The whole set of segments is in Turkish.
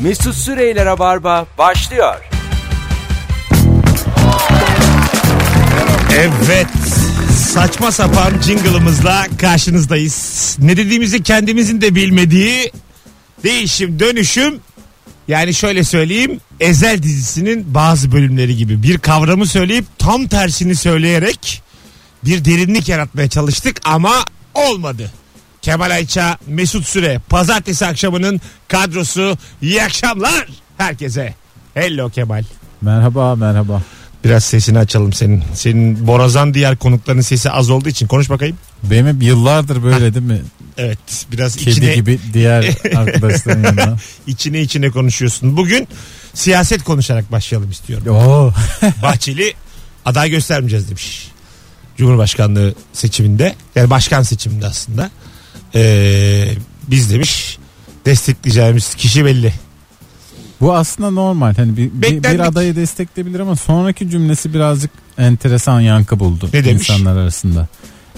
Mesut Süreyler'e barba başlıyor. Evet. Saçma sapan jingle'ımızla karşınızdayız. Ne dediğimizi kendimizin de bilmediği değişim, dönüşüm yani şöyle söyleyeyim Ezel dizisinin bazı bölümleri gibi bir kavramı söyleyip tam tersini söyleyerek bir derinlik yaratmaya çalıştık ama olmadı. Kemal Ayça, Mesut Süre, pazartesi akşamının kadrosu. İyi akşamlar herkese. Hello Kemal. Merhaba merhaba. Biraz sesini açalım senin. Senin borazan diğer konukların sesi az olduğu için konuş bakayım. Benim hep yıllardır böyle değil mi? Evet biraz Kedi içine, gibi diğer arkadaşların yanına. içine içine konuşuyorsun. Bugün siyaset konuşarak başlayalım istiyorum. Oo. Bahçeli aday göstermeyeceğiz demiş. Cumhurbaşkanlığı seçiminde yani başkan seçiminde aslında. Ee, biz demiş destekleyeceğimiz kişi belli. Bu aslında normal. Hani bir, bir, Beklendik. bir adayı destekleyebilir ama sonraki cümlesi birazcık enteresan yankı buldu Ne demiş? insanlar arasında.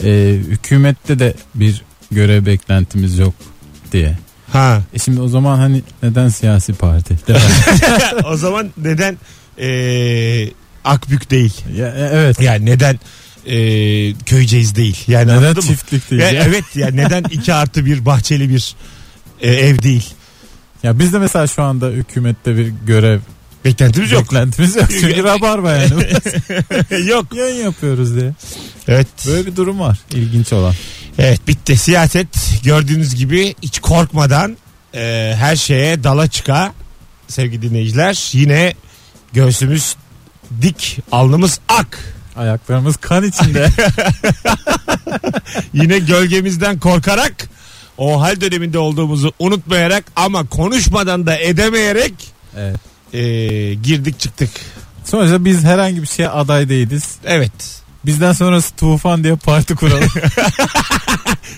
Ee, hükümette de bir görev beklentimiz yok diye. Ha E şimdi o zaman hani neden siyasi parti? Değil mi? o zaman neden ee, Akbük değil? ya, e, evet. Yani neden ee, köyceğiz değil? Yani Neden anladın mı? çiftlik değil? Ya, Ya, E, evet ya neden 2 artı bir bahçeli bir e, ev değil? ya biz de mesela şu anda hükümette bir görev Beklentimiz yok. beklentimiz yok. Çünkü rabarba yani. yok. Yayın yapıyoruz diye. Evet. Böyle bir durum var. İlginç olan. Evet bitti. Siyaset gördüğünüz gibi hiç korkmadan e, her şeye dala çıka sevgili dinleyiciler. Yine göğsümüz dik, alnımız ak. Ayaklarımız kan içinde. Yine gölgemizden korkarak o hal döneminde olduğumuzu unutmayarak ama konuşmadan da edemeyerek evet. e, girdik çıktık. Sonuçta biz herhangi bir şeye aday değiliz. Evet. Bizden sonrası tufan diye parti kuralım.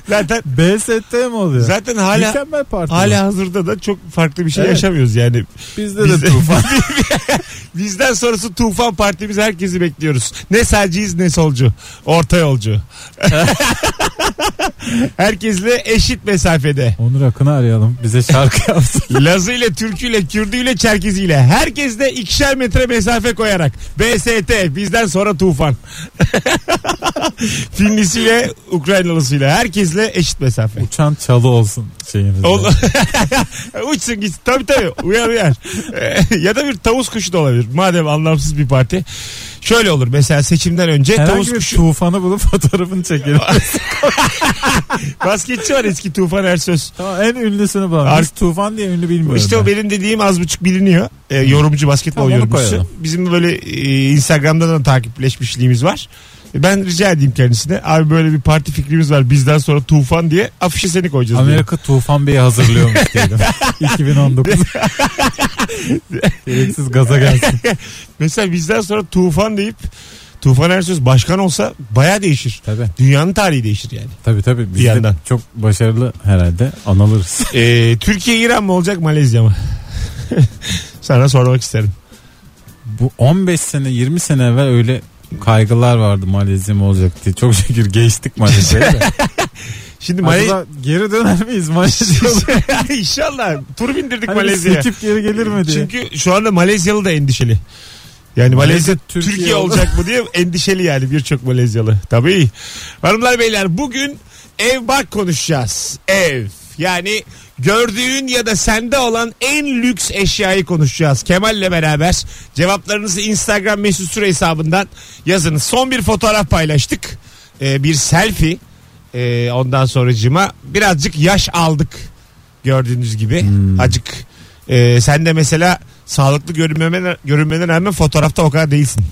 Zaten BST mi oluyor? zaten hala Mükemmel parti. Hala hazırda da çok farklı bir şey Evet. yaşamıyoruz yani. bu. Bizde Biz- de tufan. Bizden sonrası tufan partimiz herkesi bekliyoruz. Ne sağcıyız ne solcu. Orta yolcu. Herkesle eşit mesafede. Onur Akın'ı arayalım. Bize şarkı yapsın. Lazı ile, Türkü ile, Kürdü ile, Çerkezi ile. Herkesle ikişer metre mesafe koyarak. BST bizden sonra tufan. Finlisiyle, Ukraynalısıyla. Herkesle eşit mesafe. Uçan çalı olsun şeyimiz. Ol- Uçsun gitsin. Tabii tabii. Uyar uyar. Ee, ya da bir tavus kuşu da olabilir. Madem anlamsız bir parti. Şöyle olur mesela seçimden önce tavus Herhangi bir kuşu. tufanı bulup fotoğrafını çekelim. Basketçi var eski Tufan Ersöz. tamam, en ünlüsünü bulalım. Biz Ar- tufan diye ünlü bilmiyorum. İşte o ben. benim dediğim az buçuk biliniyor. Ee, yorumcu basketbol Tamam, onu yorumcusu. koyalım. Bizim böyle e, Instagram'dan da takipleşmişliğimiz var. E, Ben rica edeyim kendisine. Abi böyle bir parti fikrimiz var bizden sonra Tufan diye afişe seni koyacağız. diye. Amerika Tufan Bey'i hazırlıyormuş diyelim. 2019. Gereksiz gaza gelsin. Mesela bizden sonra Tufan deyip Tufan Ersöz başkan olsa baya değişir. Tabii. Dünyanın tarihi değişir yani. Tabii tabii. Biz Bir yandan. de çok başarılı herhalde analırız. Ee, Türkiye İran mı olacak Malezya mı? Sana sormak isterim. Bu 15 sene 20 sene evvel öyle kaygılar vardı Malezya mı olacak diye. Çok şükür geçtik Malezya'ya da. Şimdi Malezya Acaba geri döner miyiz Malezya'ya? İnşallah tur bindirdik Hani Malezya'ya. seçip geri gelir mi diye. Çünkü şu anda Malezyalı da endişeli. Yani Malezya Malezya Türkiye, Türkiye olacak mı diye endişeli yani birçok Malezyalı. Tabii. Hanımlar beyler bugün ev bak konuşacağız. Ev. Yani gördüğün ya da sende olan en lüks eşyayı konuşacağız. Kemal'le beraber cevaplarınızı Instagram mesut süre hesabından yazınız. Son bir fotoğraf paylaştık. Ee, bir selfie. Ee, ondan sonracığıma birazcık yaş aldık gördüğünüz gibi. Hmm. Acık e, sen de mesela sağlıklı görünmeme, görünmene rağmen fotoğrafta o kadar değilsin.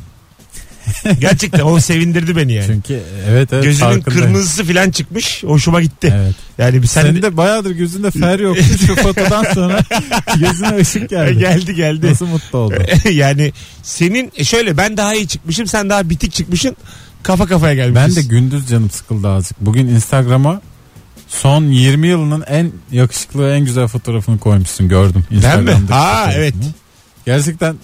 Gerçekten o sevindirdi beni yani. Çünkü evet evet Gözünün farkındayım. kırmızısı filan çıkmış. Hoşuma gitti. Evet. Yani bir sen Senin de bayağıdır gözünde fer yok. Şu fotodan sonra gözüne ışık geldi. geldi geldi. Nasıl mutlu oldu. yani senin e, şöyle ben daha iyi çıkmışım sen daha bitik çıkmışsın. Kafa kafaya Ben gelmişiz. de gündüz canım sıkıldı azıcık. Bugün Instagram'a son 20 yılının en yakışıklı en güzel fotoğrafını koymuşsun gördüm. ben mi? Instagram'daki Ha fotoğrafını. evet. Gerçekten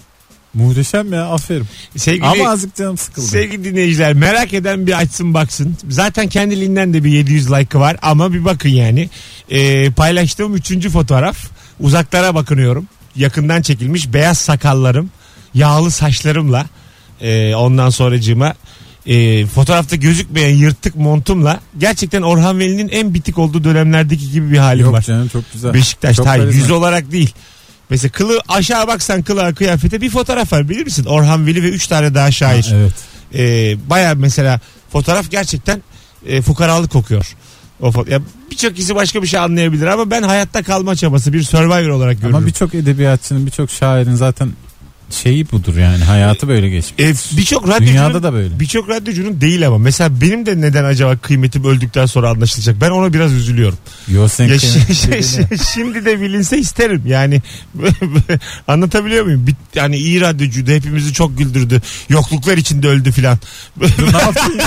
muhteşem ya aferin. Sevgili Ama azıcık canım sıkıldı. Sevgili dinleyiciler merak eden bir açsın baksın. Zaten kendiliğinden de bir 700 like'ı var ama bir bakın yani. Ee, paylaştığım üçüncü fotoğraf. Uzaklara bakınıyorum. yakından çekilmiş beyaz sakallarım, yağlı saçlarımla e, ondan sonracığıma e, fotoğrafta gözükmeyen yırtık montumla gerçekten Orhan Veli'nin en bitik olduğu dönemlerdeki gibi bir halim Yok var. canım çok güzel. Beşiktaş Çok hayır karizma. yüz olarak değil. Mesela kılı aşağı baksan kılığa kıyafete bir fotoğraf var bilir misin? Orhan Veli ve 3 tane daha şair. Evet. Ee, Baya mesela fotoğraf gerçekten e, fukaralık kokuyor. O fo- ya birçok kişi başka bir şey anlayabilir ama ben hayatta kalma çabası bir survivor olarak görüyorum. Ama birçok edebiyatçının birçok şairin zaten şeyi budur yani hayatı böyle geçmiş. Ee, birçok radyocunun Dünyada da böyle. birçok radyocunun değil ama mesela benim de neden acaba kıymetim öldükten sonra anlaşılacak? Ben ona biraz üzülüyorum. Yosen Ya Kıymet şi- şi- şi- şimdi de bilinse isterim yani anlatabiliyor muyum? Bir, yani iyi radyocuydu hepimizi çok güldürdü yokluklar içinde öldü filan. ne yapayım?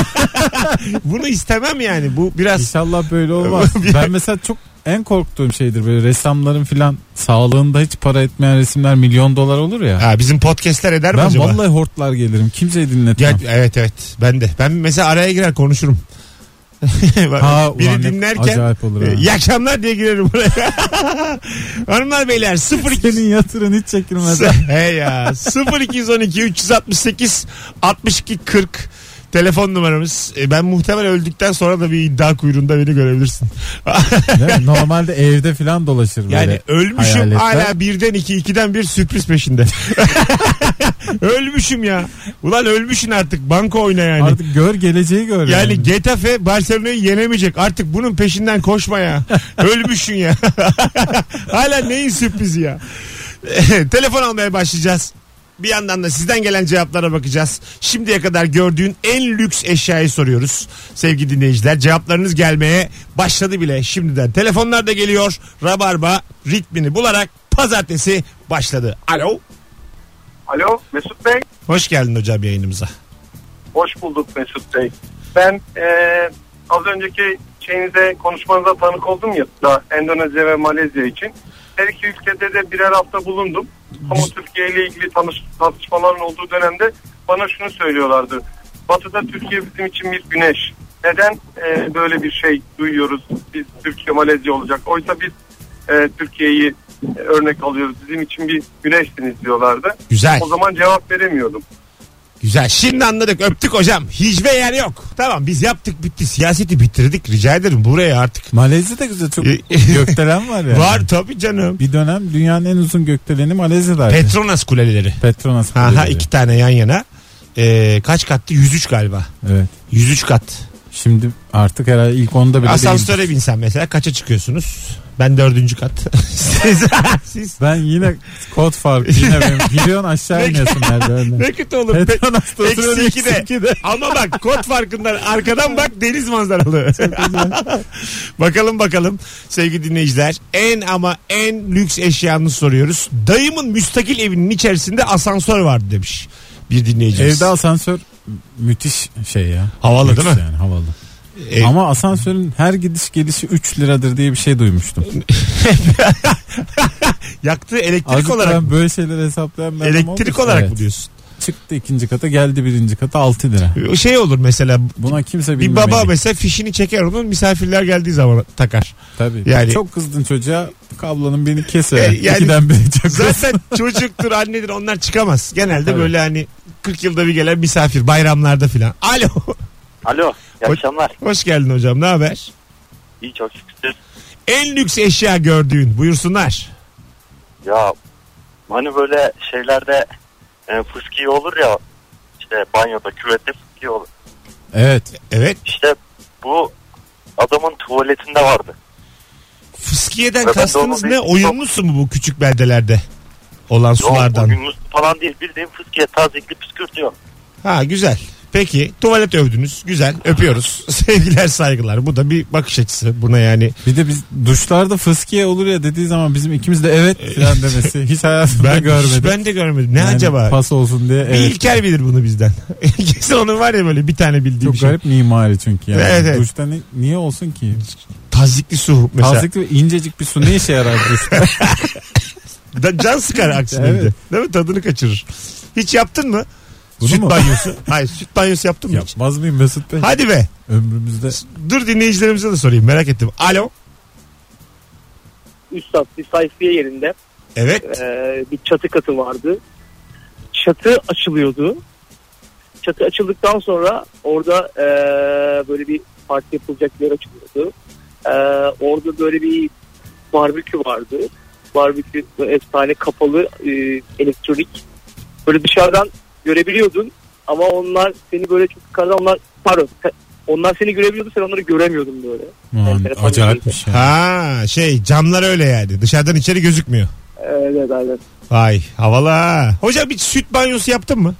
Bunu istemem yani bu biraz İnşallah böyle olmaz. ben mesela çok en korktuğum şeydir böyle ressamların filan sağlığında hiç para etmeyen resimler milyon dolar olur ya. ha, bizim podcastler eder mi ben acaba? vallahi hortlar gelirim. Kimseyi dinletmem. Gel- evet evet ben de ben mesela araya girer konuşurum. Bak, Ha, biri ulan ne dinlerken acayip olur ha. e, iyi akşamlar diye girerim buraya. Hanımlar beyler 02 Senin yatırın hiç çekilmez. He ya 0212 368 62 40 telefon numaramız. E, Ben muhtemelen öldükten sonra da bir iddia kuyruğunda beni görebilirsin. Değil mi? Normalde evde filan dolaşır böyle. Yani ölmüşüm hayaletler. hala birden iki ikiden bir sürpriz peşinde. ölmüşüm ya. Ulan ölmüşsün artık banka oyna yani. Artık gör geleceği gör. yani Getafe Barcelona'yı yenemeyecek. Artık bunun peşinden koşma ya. Ölmüşsün ya. Hala neyin sürprizi ya? Telefon almaya başlayacağız. Bir yandan da sizden gelen cevaplara bakacağız. Şimdiye kadar gördüğün en lüks eşyayı soruyoruz. Sevgili dinleyiciler cevaplarınız gelmeye başladı bile şimdiden. Telefonlar da geliyor. Rabarba ritmini bularak pazartesi başladı. Alo. Alo Mesut Bey. Hoş geldin hocam yayınımıza. Hoş bulduk Mesut Bey. Ben eee, az önceki şeyinize konuşmanıza tanık oldum ya da Endonezya ve Malezya için. Her iki ülkede de birer hafta bulundum. Ama Türkiye ile ilgili tanış, tartışmaların olduğu dönemde bana şunu söylüyorlardı. Batı'da Türkiye bizim için bir güneş. Neden eee, böyle bir şey duyuyoruz? Biz Türkiye Malezya olacak. Oysa biz eee, Türkiye'yi e, örnek alıyoruz. Bizim için bir güneşsiniz diyorlardı. Güzel. O zaman cevap veremiyordum. Güzel. Şimdi anladık. Öptük hocam. Hicve yer yok. Tamam biz yaptık bitti. Siyaseti bitirdik. Rica ederim buraya artık. Malezya'da güzel çok E- gökdelen var ya. Var tabii canım. Bir dönem dünyanın en uzun gökdeleni Malezya'daydı. Petronas kuleleri. Petronas. Aha kuleleri. iki tane yan yana. Ee, kaç kattı? 103 galiba. Evet. 103 kat. Şimdi artık herhalde ilk onda bile değil. Asansöre binsen mesela kaça çıkıyorsunuz? Ben dördüncü kat. Siz, siz Ben yine kod farkı yine benim. Milyon aşağı iniyorsun merdivenden. ne kötü olur. Pe- Petronas Eksi oturuyor, ikide. eksi ikide. Ama bak kod farkından arkadan bak deniz manzaralı. bakalım bakalım sevgili dinleyiciler. En ama en lüks eşyanı soruyoruz. Dayımın müstakil evinin içerisinde asansör vardı demiş bir dinleyicimiz. Evde asansör müthiş şey ya. Havalı Lüks değil mi? E- Yani havalı. Ev- Ama asansörün her gidiş gelişi 3 liradır diye bir şey duymuştum. Yaktığı elektrik Azıcık olarak ben böyle şeyleri hesaplayan ben elektrik olarak evet. mı diyorsun? Çıktı ikinci kata geldi birinci kata 6 lira. Şey olur mesela Buna kimse bir bilmemeli. baba mesela fişini çeker onun misafirler geldiği zaman takar. Tabii. Yani- Çok kızdın çocuğa kablonun beni keser. E, yani- İkiden biri çok Zaten çocuktur annedir onlar çıkamaz. Genelde Tabii. böyle hani 40 yılda bir gelen misafir bayramlarda filan. Alo. Alo, iyi Hoş- akşamlar. Hoş geldin hocam ne haber? İyi çok şükür. En lüks eşya gördüğün buyursunlar. Ya hani böyle şeylerde e, fıskiye olur ya işte banyoda küvette fıskiye olur. Evet. Evet İşte bu adamın tuvaletinde vardı. fıskiyeden Ben de kastınız onu ne? bir- Oyunlusu mu bu küçük beldelerde? olan sulardan. Yok, o falan değil bildiğin fıskiye tazikli püskürtüyor. Ha güzel. Peki tuvalet övdünüz. Güzel. Öpüyoruz. Sevgiler saygılar. Bu da bir bakış açısı. Buna yani Bir de biz duşlarda fıskiye olur ya dediği zaman bizim ikimiz de evet falan demesi hiç hayatımda E- ben görmedim. Ben de görmedim. Ne Yani acaba? Pas olsun diye Bir evet. İlker bilir bunu bizden. Kesin onun var ya böyle bir tane bildiği Çok bir şey. garip mimari çünkü yani. Evet, evet. Duşta ni- niye olsun ki? Tazikli su mesela. Tazikli ve incecik bir su ne işe yarar duşta? Da, can sıkar aksine Evet. bir de. Değil mi? Tadını kaçırır. Hiç yaptın mı? Bunu süt mu? banyosu. Hayır süt banyosu yaptın mı hiç? Yapmaz mıyım Mesut Bey? Hadi be. Ömrümüzde Dur dinleyicilerimize de sorayım merak ettim. Alo. Üstad bir sayfiye yerinde Evet. Ee, bir çatı katı vardı. Çatı açılıyordu. Çatı açıldıktan sonra orada ee, böyle bir parti yapılacak bir yer açılıyordu. Ee, orada böyle bir barbekü vardı. Barbekü böyle efsane kapalı ee, elektronik. Böyle dışarıdan görebiliyordun ama onlar seni böyle çok yukarıdan onlar pardon se- onlar seni görebiliyordu sen onları göremiyordun böyle. Aman, Enteresan bir Hmm, acayipmiş ya. Ha şey camlar öyle yani. Dışarıdan içeri gözükmüyor. Evet aynen. Vay havalı ha. Hocam hiç süt banyosu yaptın mı?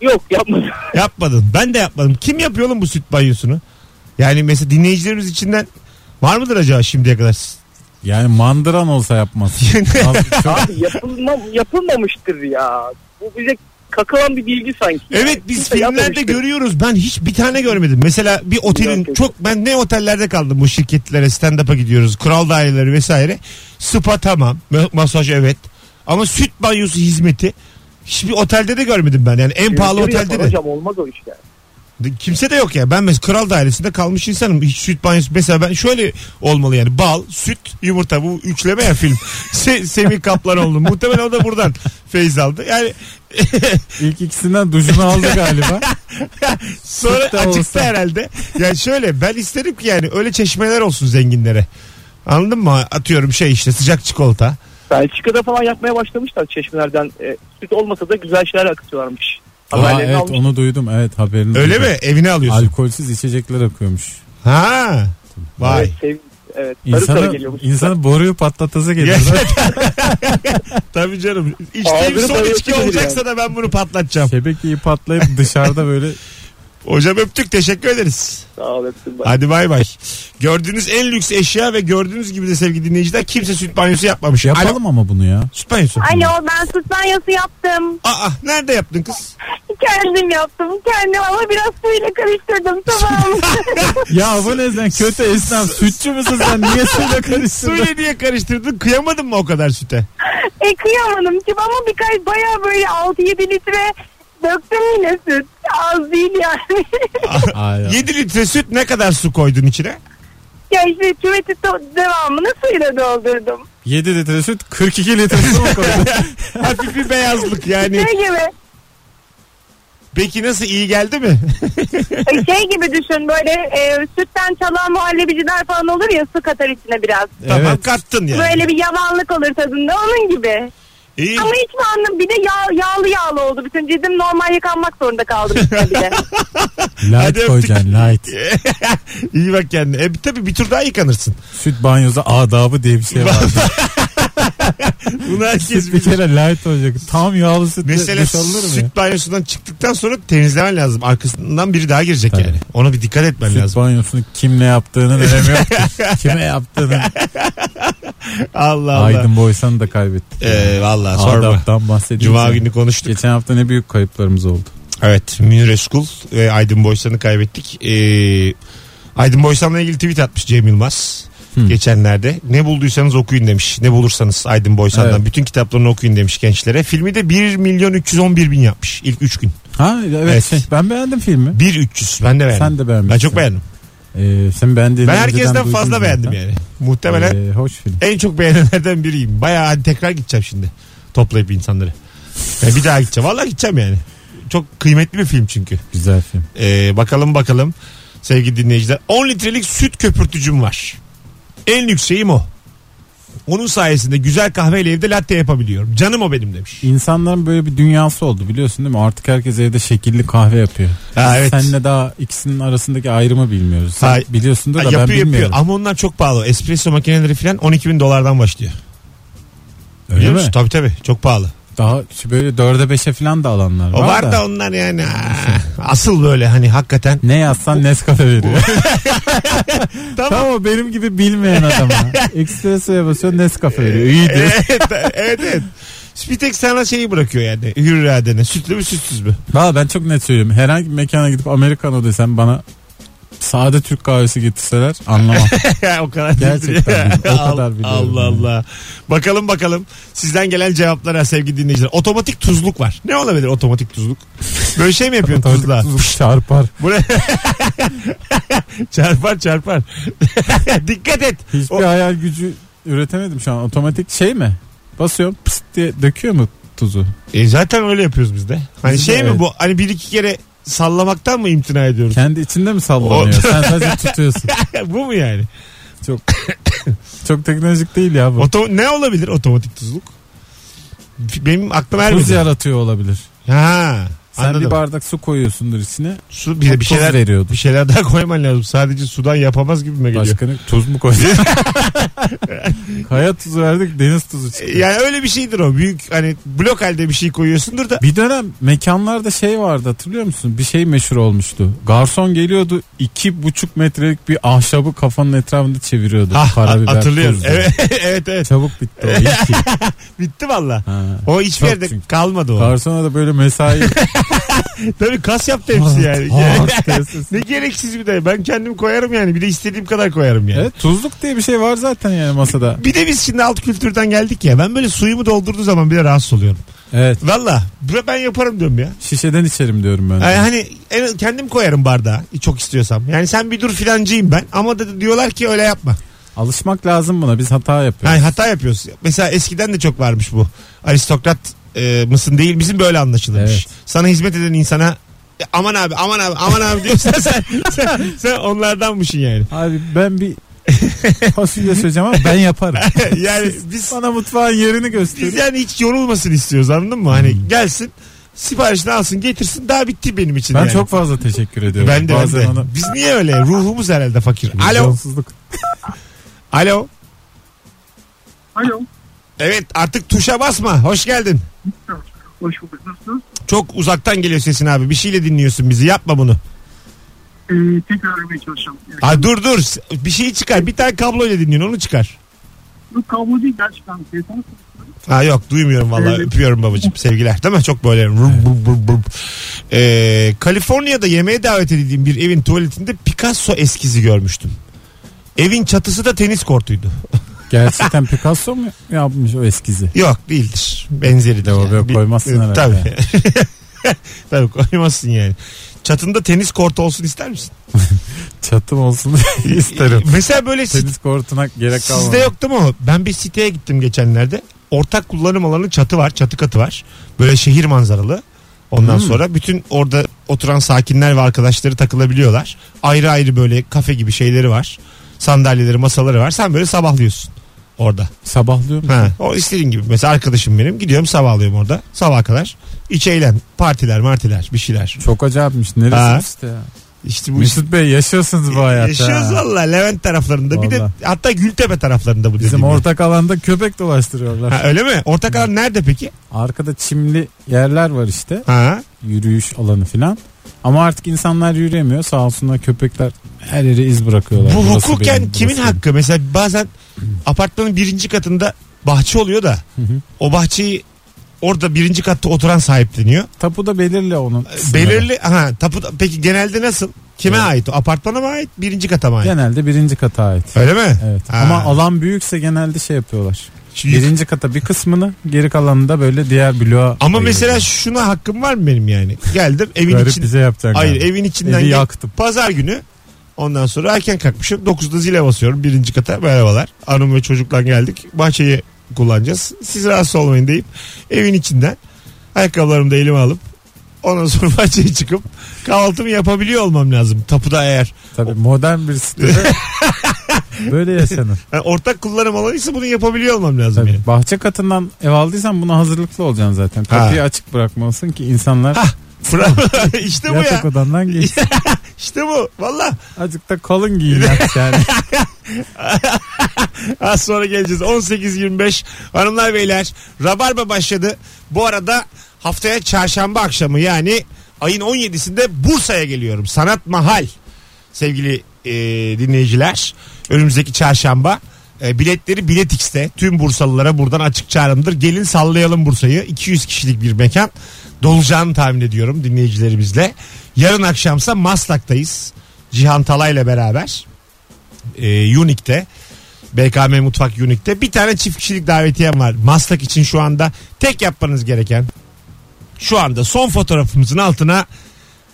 Yok yapmadım. Yapmadın. Ben de yapmadım. Kim yapıyor oğlum bu süt banyosunu? Yani mesela dinleyicilerimiz içinden var mıdır acaba şimdiye kadar? Yani mandıran olsa yapmaz. Az- çok- Abi yapılma, yapılmamıştır ya. Bu bize kakılan bir bilgi sanki. Evet biz Kimse filmlerde yapmamıştır. görüyoruz. Ben hiç bir tane görmedim. Mesela bir otelin Yok, yok. çok ben ne otellerde kaldım bu şirketlere stand-up'a gidiyoruz. Kural daireleri vesaire. Spa tamam. ma- Masaj evet. Ama süt banyosu hizmeti hiçbir otelde de görmedim ben. Yani en pahalı Yürüyerek otelde yapar de. Hocam olmaz o iş yani. De- Kimse de yok ya. Ben mesela kral dairesinde kalmış insanım. Hiç süt banyosu. Mesela ben şöyle olmalı yani. Bal, süt, yumurta. Bu üçleme ya film. Se Semih Kaplanoğlu. Muhtemelen o da buradan feyz aldı. Yani İlk ikisinden duşunu aldı galiba. sonra Süt de açıktı olsa. herhalde. Yani şöyle ben isterim ki yani öyle çeşmeler olsun zenginlere. Anladın mı? Atıyorum şey işte sıcak çikolata. Belçika'da falan yapmaya başlamışlar çeşmelerden. E, süt olmasa da güzel şeyler akıtıyorlarmış. Aa, Haberlerini evet almış. onu duydum. Evet haberini Öyle duydum. mi? Evine alıyorsun. Alkolsüz içecekler akıyormuş. Ha. Vay. Evet, sev- evet, sarı sarı İnsana, geliyormuş. insana boruyu patlatası geliyor. Tabii canım. İçtiğim Ağzını son bayıltı içki dedi olacaksa da ben bunu patlatacağım. Şebekeyi patlayıp dışarıda böyle Hocam öptük. Teşekkür ederiz. Sağ ol öptüm ben. Hadi bay bay. Gördüğünüz en lüks eşya ve gördüğünüz gibi de sevgili dinleyiciler kimse süt banyosu yapmamış. Alo, yapalım ama bunu ya. süt banyosu. Alo ben süt banyosu yaptım. Aa nerede yaptın kız? Kendim yaptım. Kendim ama biraz suyla karıştırdım tamam. Ya bu ne sen kötü esnaf sütçü müsün sen niye suyla karıştırdın? Suyla diye karıştırdın. Kıyamadın mı o kadar süte? e kıyamadım ki ama birkaç baya böyle 6-7 litre döktüm yine süt. Az değil yani. Ay ya. 7 litre süt ne kadar su koydun içine? ya işte küveti to- devamını suyla doldurdum. 7 litre süt 42 litre su mu koydu? Hafif bir beyazlık yani. Şey gibi, Peki nasıl iyi geldi mi? e, şey gibi düşün böyle e, sütten çalan muhallebiciler falan olur ya su katar içine biraz. Tamam Evet. kattın yani. Böyle bir yavanlık olur tadında onun gibi. İyi. Ama hiç mi anlam bir de yağ, yağlı yağlı oldu. Bütün cildim normal yıkanmak zorunda kaldım üstüne bir de. Hadi light koyacaksın light. iyi bak kendine. E, tabii bir tur daha yıkanırsın. Süt banyoda adabı diye bir şey var. Bunu herkes Süt bir bilir. kere light olacak. Tam yağlı süt Mesela Mesela olur mu? süt ya? banyosundan çıktıktan sonra temizlemen lazım. Arkasından biri daha girecek Tabii. yani. Ona bir dikkat etmen Süt lazım. banyosunu kim ne yaptığını önemi yok. Kime yaptığını. Allah Allah. Aydın Boysan'ı da kaybettik. Ee, vallahi sorma. Adaptan bahsediyoruz. Cuma ya. günü konuştuk. Geçen hafta ne büyük kayıplarımız oldu. Evet Münir Eskul ve Aydın Boysan'ı kaybettik. Ee, Aydın Boysan'la ilgili tweet atmış Cem Yılmaz. Geçenlerde ne bulduysanız okuyun demiş. Ne bulursanız Aydın Boysan'dan Evet. bütün kitaplarını okuyun demiş gençlere. Filmi de 1 milyon 311 bin yapmış ilk 3 gün. Ha evet, Evet. şey, ben beğendim filmi. 1 300 ben de beğendim. Sen de beğenmişsin. ben çok beğendim. Ee, sen beğendiğini Ben önceden herkesten duydum fazla zaten. beğendim yani. Muhtemelen Ee, hoş film. en çok beğenenlerden biriyim. Bayağı hani tekrar gideceğim şimdi toplayıp insanları. Yani bir daha gideceğim. Vallahi gideceğim yani. Çok kıymetli bir film çünkü. Güzel film. Ee, bakalım bakalım sevgili dinleyiciler. 10 litrelik süt köpürtücüm var. En yükseğim o. Onun sayesinde güzel kahveyle evde latte yapabiliyorum. Canım o benim demiş. İnsanların böyle bir dünyası oldu biliyorsun değil mi? Artık herkes evde şekilli kahve yapıyor. Ha, evet. Senle daha ikisinin arasındaki ayrımı bilmiyoruz. Sen Ha, biliyorsundur Ha, da yapıyor ben yapıyor bilmiyorum. ama onlar çok pahalı. Espresso makineleri falan 12 bin dolardan başlıyor. Öyle Biliyor mi? musun? Tabii tabii çok pahalı. Daha şu böyle dörde beşe falan da alanlar O var, var, da. da onlar yani ah, asıl böyle hani hakikaten. Ne yazsan Nescafe veriyor. Tamam. Tam o benim gibi bilmeyen adama. Espresso'ya basıyor Nescafe veriyor. İyidir. evet evet. evet. Bir tek sana şeyi bırakıyor yani hür iradene. Sütlü mü sütsüz mü? Valla ben çok net söylüyorum. Herhangi bir mekana gidip Amerikano desem bana sade Türk kahvesi getirseler anlamam. Ya o kadar değildir Gerçekten ya. bilmiyorum. O Al- kadar biliyorum Allah yani. Allah. Bakalım bakalım sizden gelen cevaplara sevgili dinleyiciler. Otomatik tuzluk var. Ne olabilir otomatik tuzluk? Böyle şey mi yapıyorsun Otomatik tuzla? tuzluk çarpar. Buraya... çarpar çarpar. Dikkat et. Hiçbir O- hayal gücü üretemedim şu an. Otomatik şey mi? Basıyorum pıst diye döküyor mu tuzu? E zaten öyle yapıyoruz biz de. Hani Biz de şey mi evet. bu hani bir iki kere sallamaktan mı imtina ediyoruz? Kendi içinde mi sallanıyor? O- Sen sadece tutuyorsun. bu mu yani? Çok çok teknolojik değil ya bu. Oto ne olabilir otomatik tuzluk? Benim aklıma Tuz ermedi. yaratıyor olabilir. Ha. Sen anladım. bir bardak su koyuyorsundur içine. Su bir, bir tuz şeyler veriyordu. bir şeyler daha koyman lazım. Sadece sudan yapamaz gibi mi geliyor? Başka ne? Tuz mu koydun? Kaya tuzu verdik deniz tuzu çıktı. Yani öyle bir şeydir o. Büyük hani blok halde bir şey koyuyorsundur da Bir dönem mekanlarda şey vardı hatırlıyor musun? Bir şey meşhur olmuştu. Garson geliyordu iki buçuk metrelik bir ahşabı kafanın etrafında çeviriyordu. ha, Karabiber, a- Ah, hatırlıyorum. tuz diye. Evet, evet evet. Çabuk bitti o. iyi ki. Bitti valla. Ha. O hiçbir Çok yerde çünkü. kalmadı o. Garsona da böyle mesai. Tabii kas yaptı hepsi yani. Hard, hard tesis. ne gereksiz bir de. Ben kendim koyarım yani. Bir de istediğim kadar koyarım yani. evet, tuzluk diye bir şey var zaten yani masada. Bir de biz şimdi alt kültürden geldik ya. Ben böyle suyumu doldurduğu zaman bile rahatsız oluyorum. Evet Valla bre- ben yaparım diyorum ya. şişeden içerim diyorum ben. de. Yani hani en- kendim koyarım bardağa çok istiyorsam. Yani sen bir dur filancıyım ben ama da diyorlar ki öyle yapma. Alışmak lazım buna biz hata yapıyoruz. Yani hata yapıyorsun. Mesela eskiden de çok varmış bu. Aristokrat e, mısın değil misin böyle anlaşılırmış. Evet. Sana hizmet eden insana "E, aman abi aman abi aman abi diyorsan sen, sen, sen onlardanmışsın yani. Abi ben bir fasulye söyleyeceğim ama ben yaparım. yani biz Bana mutfağın yerini Biz gösterin. yani hiç yorulmasın istiyoruz anladın mı? Hani Hmm. gelsin siparişini alsın getirsin daha bitti benim için. Ben yani. çok fazla teşekkür ediyorum. ben de, ben Bazen de. ona- Biz niye öyle? Ruhumuz herhalde fakir. Alo. Vizyonsuzluk. Alo. Alo. Evet artık tuşa basma. Hoş geldin. Hoş bulduk. Nasılsınız? Çok uzaktan geliyor sesin abi. Bir şeyle dinliyorsun bizi. Yapma bunu. Ee, tekrar öğrenmeye çalışacağım. Yani Aa, dur dur. Bir şeyi çıkar. Bir tane kabloyla dinliyorsun. Onu çıkar. bu kablo değil gerçekten. şey Telefon Ha yok duymuyorum vallahi. Evet. Öpüyorum babacığım. Sevgiler. Değil mi? Çok böyle. rum, rum, rum, rum. Ee, Kaliforniya'da yemeğe davet edildiğim bir evin tuvaletinde Picasso eskizi görmüştüm. Evin çatısı da tenis kortuydu. Gerçekten Picasso mu yapmış o eskizi? Yok değildir. Benzeri de Lavaboya koymazsın herhalde. Tabii. tabii koymazsın yani. Çatında tenis kortu olsun ister misin? Çatım olsun diye isterim. Mesela böyle sit- Tenis kortuna gerek kalmadı. sizde yok değil mi o? Ben bir siteye gittim geçenlerde. Ortak kullanım alanı çatı var, çatı katı var. Böyle şehir manzaralı. Ondan Hmm. sonra bütün orada oturan sakinler ve arkadaşları takılabiliyorlar. Ayrı ayrı böyle kafe gibi şeyleri var. Sandalyeleri, masaları var. Sen böyle sabahlıyorsun orada. Sabahlıyor mu? Ha, o istediğin gibi. Mesela arkadaşım benim. Gidiyorum sabahlıyorum orada. Sabaha kadar. İç eğlen. Partiler, martiler, bir şeyler. Çok acayipmiş. Neresi Ha. bu site ya? İşte bu Mesut Bey yaşıyorsunuz bu hayatta. Yaşıyoruz ha. valla Levent taraflarında. Bir de Valla. hatta Gültepe taraflarında bu Bizim dediğim yer. ortak alanda köpek dolaştırıyorlar. Ha, öyle mi? Ortak alan nerede peki? Arkada çimli yerler var işte. Ha. Yürüyüş alanı filan. Ama artık insanlar yürüyemiyor. Sağ olsunlar köpekler her yere iz bırakıyorlar. Bu Burası hukuken benim, burası kimin benim. hakkı? Mesela bazen apartmanın birinci katında bahçe oluyor da hı. o bahçeyi orada birinci katta oturan sahipleniyor. Tapuda belirli onun. kısımları. Ee, Belirli ha tapu peki genelde nasıl? Kime ait? O apartmana mı ait? Birinci kata mı ait? Genelde birinci kata ait. Öyle mi? Evet. Ha. Ama alan büyükse genelde şey yapıyorlar. Şu yük- Birinci kata bir kısmını geri kalanını da böyle diğer bloğa Ama ayırıyorlar. mesela şuna hakkım var mı benim yani? Geldim evin Garip için. bize yapacak. Hayır yani. evin içinden Evi gel- yaktım. Pazar günü ondan sonra erken kalkmışım. 9'da zile basıyorum birinci kata. Merhabalar. Hanım ve çocuklar geldik. Bahçeyi kullanacağız. Siz rahatsız olmayın deyip evin içinden ayakkabılarımı da elime alıp ondan sonra bahçeye çıkıp kahvaltımı yapabiliyor olmam lazım. Tapuda eğer. Tabii modern bir sitede böyle yaşanır. Yani ortak kullanım alanıysa bunu yapabiliyor olmam lazım. Tabii. Yani. Bahçe katından ev aldıysan buna hazırlıklı olacaksın zaten. Kapıyı açık bırakmalısın ki insanlar Bravo. işte bu ya. yatak odandan geç. İşte bu. Valla. Azıcık da kalın giyin yat yani. Az sonra geleceğiz. 18.25 hanımlar beyler Rabarba başladı. Bu arada haftaya çarşamba akşamı yani ayın 17'sinde Bursa'ya geliyorum. Sanat Mahal sevgili e, dinleyiciler. Önümüzdeki çarşamba. E, biletleri Bilet X'te. Tüm Bursalılara buradan açık çağrımdır. Gelin sallayalım Bursa'yı. 200 kişilik bir mekan. Dolacağını tahmin ediyorum dinleyicilerimizle. Yarın akşamsa Maslak'tayız. Cihan Talay'la beraber. E, Unique'te. BKM Mutfak Unique'te bir tane çift kişilik davetiyem var. Maslak için şu anda tek yapmanız gereken şu anda son fotoğrafımızın altına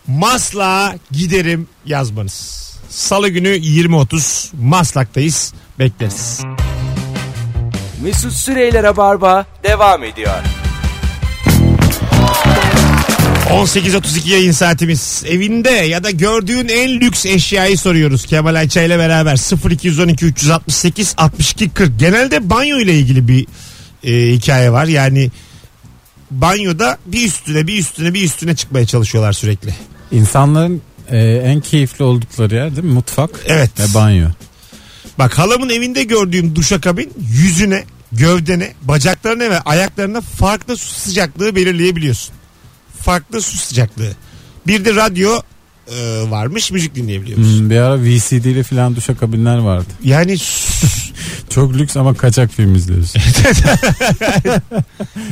Maslak'a giderim yazmanız. Salı günü 20.30 Maslak'tayız. Bekleriz. Mesut Süreyler'e barba devam ediyor. 18.32 yayın saatimiz. Evinde ya da gördüğün en lüks eşyayı soruyoruz Kemal Ayça ile beraber. 0212 368 62 40. Genelde banyo ile ilgili bir e, hikaye var. Yani banyoda bir üstüne bir üstüne bir üstüne çıkmaya çalışıyorlar sürekli. İnsanların e, en keyifli oldukları yer değil mi? Mutfak Evet. ve banyo. Bak halamın evinde gördüğüm duşakabin yüzüne, gövdene, bacaklarına ve ayaklarına farklı su sıcaklığı belirleyebiliyorsun. Farklı su sıcaklığı. Bir de radyo e, varmış müzik dinleyebiliyoruz. Hmm, bir ara VCD'li falan duşakabinler vardı. Yani su- Çok lüks ama kaçak film izliyorsun. Çok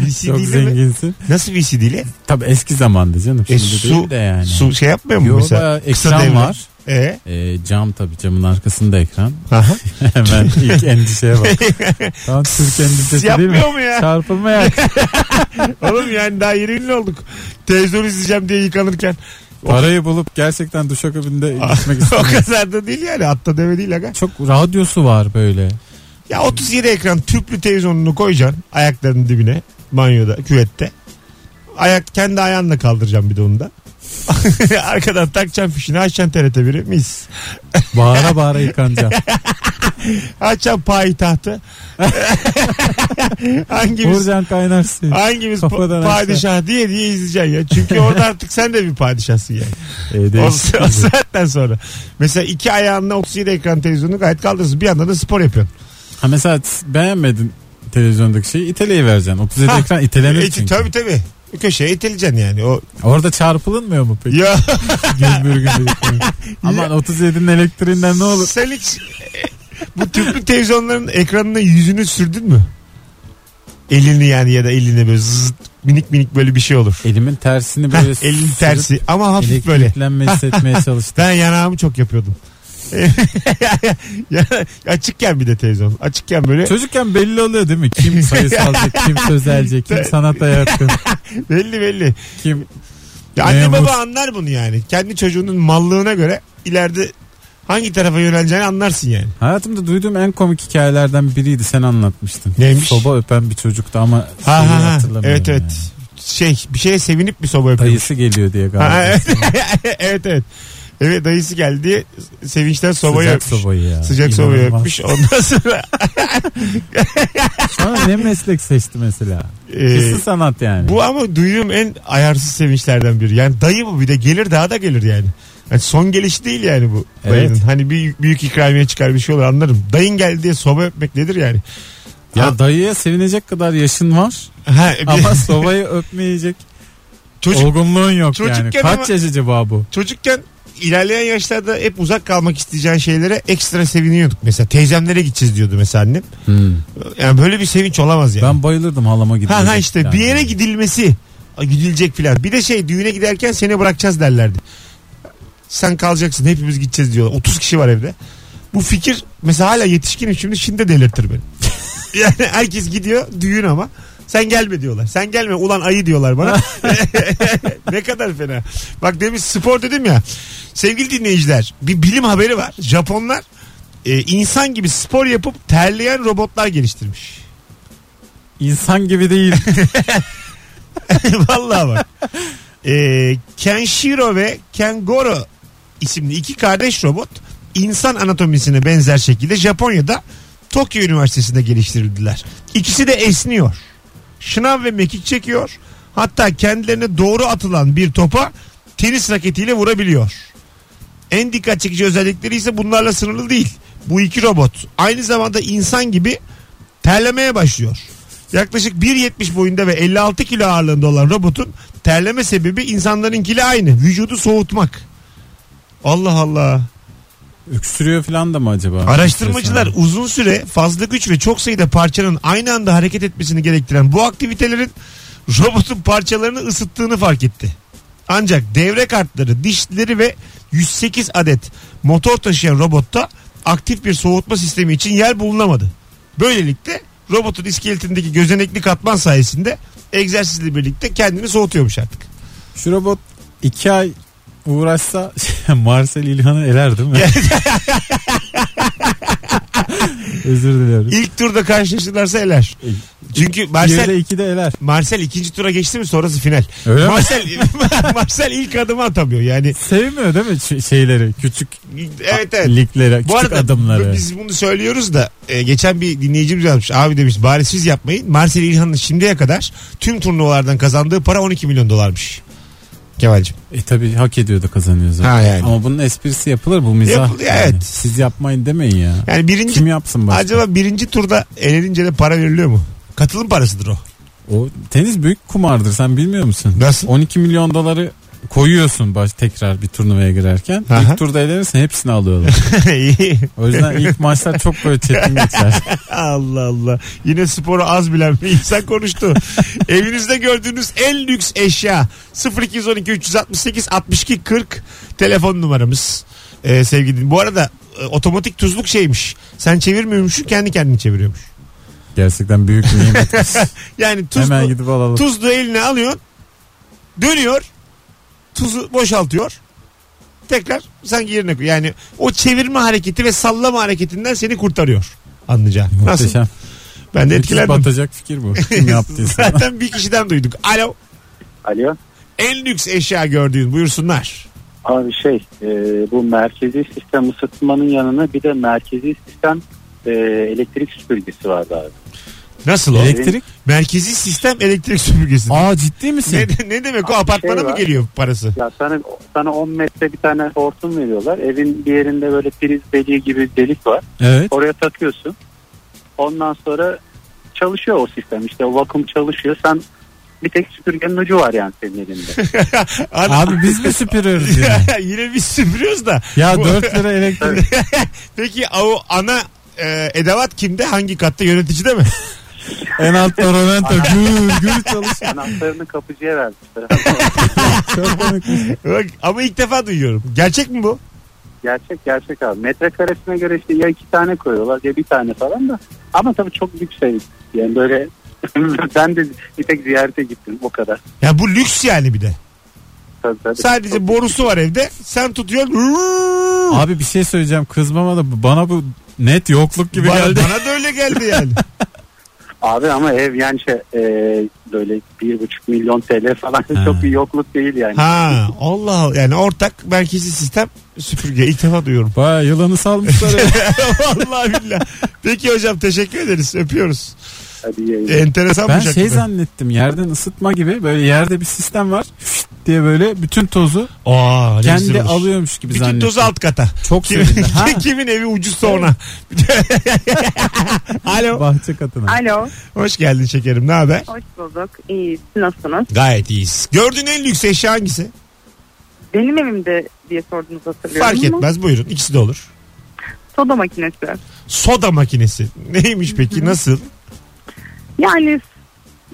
VCD'li mi? zenginsin. Nasıl VCD'li? Tabii eski zamanda canım. E, Şimdi su, değil de yani. su şey yapmıyor mu Yo, mesela? bayağı Kısa ekran devre. var. E? E, cam tabii camın arkasında ekran. Aha. Hemen ilk endişeye bak. Tam Türk endişesi değil mi? Yapmıyor mu ya? Çarpılma ya. Oğlum yani daha yeni ünlü olduk. Televizyon izleyeceğim diye yıkanırken. Parayı bulup gerçekten duşakabinde gitmek o istemiyorum. kadar da değil yani. Atta deve değil aga. Çok radyosu var böyle. Ya 37 ekran tüplü televizyonunu koyacaksın ayaklarının dibine banyoda küvette. Ayak kendi ayağınla kaldıracağım bir de onu da. Arkadan takacaksın fişini açacaksın TRT 1'i mis. Bağıra bağıra yıkanacağım. Açacaksın payitahtı. Hangimiz Buradan kaynarsın. hangimiz Kafadan pa- aşağı. padişah diye diye izleyeceksin ya. Çünkü orada artık sen de bir padişahsın yani. E, O, değişik o saatten sonra. Mesela iki ayağınla 37 ekran televizyonunu gayet kaldırırsın. Bir yandan da spor yapıyorsun. Ha mesela s- beğenmedin televizyondaki şeyi iteleyi vereceksin. 37 Ha. ekran itelenir E, çünkü. tabii tabii. Köşeye itileceksin yani. O Orada çarpılınmıyor mu peki? ya Gümbür gümbür. Aman 37'nin elektriğinden ne olur? Sen hiç bu tüplü televizyonların ekranına yüzünü sürdün mü? Elini yani ya da elini böyle zızt, minik minik böyle bir şey olur. Elimin tersini Heh, böyle elin sürüp tersi ama hafif böyle. Elektriklenme hissetmeye çalıştım. Ben yanağımı çok yapıyordum. Ya- açıkken bir de televizyon. Açıkken böyle Çocukken belli oluyor değil mi? Kim sayısalcı, kim sözelci, kim sanata yatkın, belli belli. kim... Ya anne Memur. baba anlar bunu yani. Kendi çocuğunun mallığına göre ileride hangi tarafa yöneleceğini anlarsın yani. Hayatımda duyduğum en komik hikayelerden biriydi. Sen anlatmıştın. Neymiş? Soba öpen bir çocuktu ama Ha, şeyi ha, ha. hatırlamıyorum. Evet evet. yani. Şey bir şeye sevinip bir soba yapıyor. Dayısı geliyor diye galiba. Ha, evet. evet evet. Evet dayısı geldi. Sevinçten sobayı Sıcak öpmüş. sobayı ya. Sıcak sobayı İnanılmaz. öpmüş. Ondan sonra Sonra ne meslek seçti mesela? e, Kesin sanat yani. bu ama duyduğum en ayarsız sevinçlerden biri. Yani dayı bu bir de gelir daha da gelir yani. Yani son gelişi değil yani bu Evet. dayının. Hani bir büyük ikramiye çıkar bir şey olur anlarım. Dayın geldi diye soba öpmek nedir yani? ya dayıya sevinecek kadar yaşın var Ha, E, bir- ama sobayı öpmeyecek çocuk, olgunluğun yok çocukken yani. Kaç ama- yaş acaba bu? çocukken ilerleyen yaşlarda hep uzak kalmak isteyeceğin şeylere ekstra seviniyorduk. Mesela teyzemlere gideceğiz diyordu mesela annem. Hmm. Yani böyle bir sevinç olamaz yani. Ben bayılırdım halama gidince. Ha ha işte bir yere gidilmesi a, gidilecek filan. Bir de şey düğüne giderken seni bırakacağız derlerdi. Sen kalacaksın hepimiz gideceğiz diyorlar. 30 kişi var evde. Bu fikir mesela hala yetişkinim şimdi şimdi de delirtir beni. yani herkes gidiyor düğün ama sen gelme diyorlar. Sen gelme ulan ayı diyorlar bana. ne kadar fena. Bak demin spor dedim ya. Sevgili dinleyiciler bir bilim haberi var. Japonlar e, insan gibi spor yapıp terleyen robotlar geliştirmiş. İnsan gibi değil. Vallahi bak. Ee, Kenshiro ve Kengoro isimli iki kardeş robot insan anatomisine benzer şekilde Japonya'da Tokyo Üniversitesi'nde geliştirildiler. İkisi de esniyor. Şınav ve mekik çekiyor. Hatta kendilerine doğru atılan bir topa tenis raketiyle vurabiliyor. En dikkat çekici özellikleri ise bunlarla sınırlı değil. Bu iki robot aynı zamanda insan gibi terlemeye başlıyor. Yaklaşık 1.70 boyunda ve 56 kilo ağırlığında olan robotun terleme sebebi insanlarınkiyle aynı. Vücudu soğutmak. Allah Allah. Öksürüyor falan da mı acaba? Araştırmacılar uzun süre fazla güç ve çok sayıda parçanın aynı anda hareket etmesini gerektiren bu aktivitelerin robotun parçalarını ısıttığını fark etti. Ancak devre kartları, dişleri ve 108 adet motor taşıyan robotta aktif bir soğutma sistemi için yer bulunamadı. Böylelikle robotun iskeletindeki gözenekli katman sayesinde egzersizle birlikte kendini soğutuyormuş artık. Şu robot iki ay uğraşsa Marcel İlhan'ı eler değil mi? Özür diliyoruz. İlk turda karşılaşırlarsa eler. Çünkü Marcel Yerde iki de eler. Marcel ikinci tura geçti mi sonrası final. Öyle mi? Marcel Marcel ilk adımı atamıyor yani. Sevmiyor değil mi ş- şeyleri? Küçük Evet evet. liglere, küçük Bu arada adımları. biz bunu söylüyoruz da e, geçen bir dinleyicimiz yazmış. Abi demiş bari siz yapmayın. Marcel İlhan'ın şimdiye kadar tüm turnuvalardan kazandığı para 12 milyon dolarmış. Kemal'cim. E tabi hak ediyor da kazanıyor zaten. Ha yani. Ama bunun esprisi yapılır bu mizah. Yapılır, evet. Siz yapmayın demeyin ya. Yani birinci Kim yapsın başka? acaba birinci turda elenince de para veriliyor mu? Katılım parasıdır o. O tenis büyük kumardır sen bilmiyor musun? Nasıl? 12 milyon doları koyuyorsun baş tekrar bir turnuvaya girerken. Aha. İlk turda elenirsin hepsini alıyorlar. İyi. O yüzden ilk maçlar çok böyle çetin geçer. Allah Allah. Yine sporu az bilen bir insan konuştu. Evinizde gördüğünüz en lüks eşya 0212 368 62 40 telefon numaramız. Ee, sevgili din- Bu arada e, otomatik tuzluk şeymiş. Sen çevirmiyormuşsun kendi kendini çeviriyormuş. Gerçekten büyük bir nimet. Yani Hemen tuzlu, gidip alalım. tuzlu eline alıyorsun. Dönüyor. Tuzu boşaltıyor. Tekrar sanki yerine koy. Yani o çevirme hareketi ve sallama hareketinden seni kurtarıyor. Anlayacağım. Nasıl? Muhteşem. Ben de Müthiş etkilendim. batacak fikir bu. Kim yaptıysa. Zaten bir kişiden duyduk. Alo. Alo. En lüks eşya gördüğün buyursunlar. Abi şey e, bu merkezi sistem ısıtmanın yanına bir de merkezi sistem e, elektrik süpürgesi vardı abi. Nasıl o? Elektrik? Merkezi sistem elektrik süpürgesi. Aa ciddi Ne, misin? ne demek o apartmana şey mı var. geliyor parası? Ya sana, sana 10 metre bir tane hortum veriyorlar. Evin bir yerinde böyle priz deliği gibi delik var. Evet. Oraya takıyorsun. Ondan sonra çalışıyor o sistem. İşte o vakum çalışıyor. Sen bir tek süpürgenin ucu var yani senin elinde. Ana- Abi biz mi süpürüyoruz ya? Yine biz süpürüyoruz da. Ya Bu- 4 lira elektrik. Peki o ana e, edevat kimde? Hangi katta? Yöneticide mi? en altta Ronaldo. Gür gür çalışıyor. Anahtarını kapıcıya vermişler. Çok komikmiş. Bak, Ama ilk defa duyuyorum. Gerçek mi bu? gerçek gerçek abi. Metrekaresine göre işte ya iki tane koyuyorlar ya bir tane falan da. Ama tabii çok yüksek. Yani böyle ben de bir tek ziyarete gittim o kadar. Ya bu lüks yani bir de. Tabii, tabii. Sadece borusu var evde. Sen tutuyorsun. Abi bir şey söyleyeceğim kızmama da bana bu net yokluk gibi bana, geldi. bana da öyle geldi yani. Abi ama ev yani şey e, böyle bir buçuk milyon TL falan Ha. çok bir yokluk değil yani. Ha Allah Allah. yani ortak merkezi sistem süpürge ilk defa duyuyorum. Baya yılanı salmışlar. ya. Vallahi billahi. Peki hocam teşekkür ederiz. Öpüyoruz. Hadi iyi Ee, Enteresan ben bir şey zannettim yerden ısıtma gibi böyle yerde bir sistem var Şşt diye böyle bütün tozu Aa, ne güzel kendi olur. alıyormuş gibi Bütün zannettim. tozu alt kata. Çok Kim, sevindim. Ha, kimin evi ucuzsa ona. Alo. bahçe katına. Alo, Hoş geldin şekerim. Ne haber? hoş bulduk. İyi, nasılsınız? Gayet iyiyiz. Gördüğün en lüks eşya hangisi? Benim evimde diye sordunuz hatırlıyorum Fark ama. etmez. Buyurun. İkisi de olur. Soda makinesi. Soda makinesi. Neymiş peki? Nasıl? Yani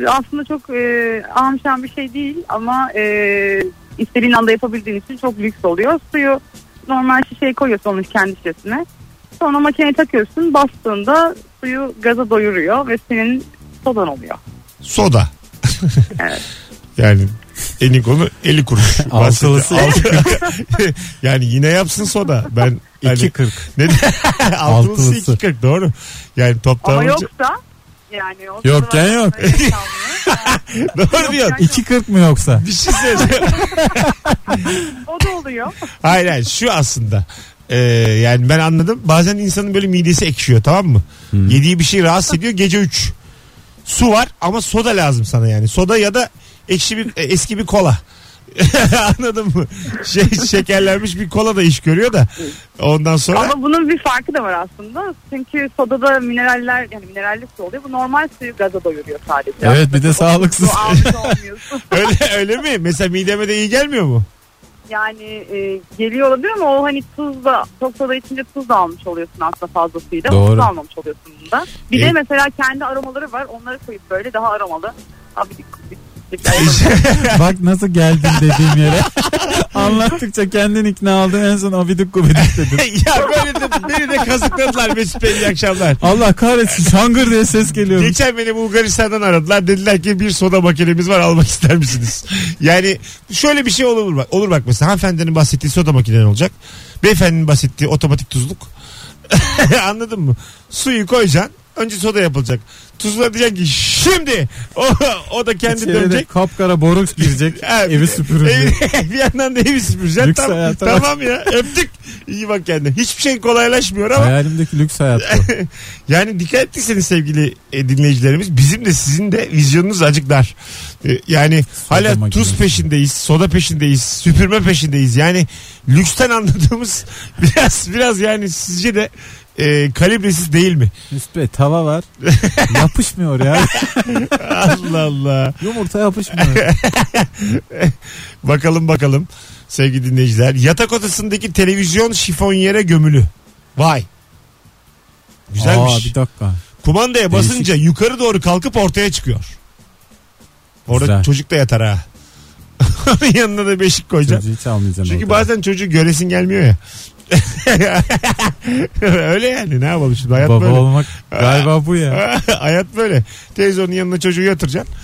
aslında çok e, amşan bir şey değil ama e, istediğin anda yapabildiğin için çok lüks oluyor. Suyu normal şişeye koyuyorsun onun kendi şişesine. Sonra makineye takıyorsun bastığında suyu gaza doyuruyor ve senin sodan oluyor. Soda. Evet. Yani en iyi konu 50 kuruş. Altılısı Bahsetti. Altı- yani yine yapsın soda. Ben hani, 2.40. ne, altılısı Altılısı. 2.40 doğru. Yani Ama toptan yoksa yani o Yok, sodalar gene yok. arasında yer kalmıyor. doğru diyorsun. 2.40 mı yoksa? Bir şey söyleyeceğim. o da oluyor. hayır hayır şu aslında. Ee, yani ben anladım. Bazen insanın böyle midesi ekşiyor tamam mı? Yediği bir şey rahatsız ediyor gece 3. Su var ama soda lazım sana yani. Soda ya da ekşi bir e, eski bir kola. Anladın mı? Şey, şekerlenmiş bir kola da iş görüyor da. Ondan sonra Ama bunun bir farkı da var aslında. Çünkü sodada mineraller yani mineralli su oluyor. Bu normal suyu gaza doyuruyor sadece. Evet bir de Bu sağlıksız. almış olmuyorsun. öyle öyle mi? Mesela mideme de iyi gelmiyor mu? Yani e, geliyor olabilir ama o hani tuz da çok soda içince tuz da almış oluyorsun aslında fazlasıyla. Doğru. Tuz da almamış oluyorsun bunda. Bir E- de mesela kendi aromaları var. Onları koyup böyle daha aromalı. Abi bir- bir- bir- Bak nasıl geldin dediğim yere. Anlattıkça kendin ikna oldun en son abidik gubidik dedin. ya böyle de beni de kazıkladılar Mesut Bey iyi akşamlar. Allah kahretsin şangır diye ses geliyor. Geçen beni Bulgaristan'dan aradılar. Dediler ki bir soda makinemiz var almak ister misiniz? yani şöyle bir şey olur bak. Olur bak mesela hanımefendinin bahsettiği soda makinen olacak. Beyefendinin bahsettiği otomatik tuzluk. Anladın mı? Suyu koyacaksın. Önce soda yapılacak. Tuzla diyeceksin ki şimdi o, o da kendi İçeri de dönecek. kapkara boruk girecek. Ha, bir- evi süpürülecek. Evi- bir yandan da evi süpüreceksin. Lüks Tam, hayata bak. tamam ya öptük. İyi bak kendine. Hiçbir şey kolaylaşmıyor ama Hayalimdeki lüks hayat bu. yani dikkat ettiyseniz sevgili e, dinleyicilerimiz bizim de sizin de vizyonunuz acık dar. E, yani hala makinesi. tuz peşindeyiz, soda peşindeyiz, süpürme peşindeyiz. Yani lüksten anladığımız biraz biraz yani sizce de e, kalibresiz değil mi? Müspet hava var. Yapışmıyor ya. Allah Allah. Yumurta yapışmıyor. Bakalım bakalım sevgili dinleyiciler. Yatak odasındaki televizyon şifonyere gömülü. Vay. Güzelmiş. Aa, bir dakika. Kumandaya Değişik. basınca yukarı doğru kalkıp ortaya çıkıyor. Orada Güzel. çocuk da yatar ha. Onun yanına da beşik koyacaksın. Çocuğu hiç almayacağım. Çünkü orada. bazen çocuğu göresin gelmiyor ya. Öyle yani ne yapalım şimdi hayat Baba böyle. olmak galiba bu ya. hayat böyle. Televizyonun yanına çocuğu yatıracaksın.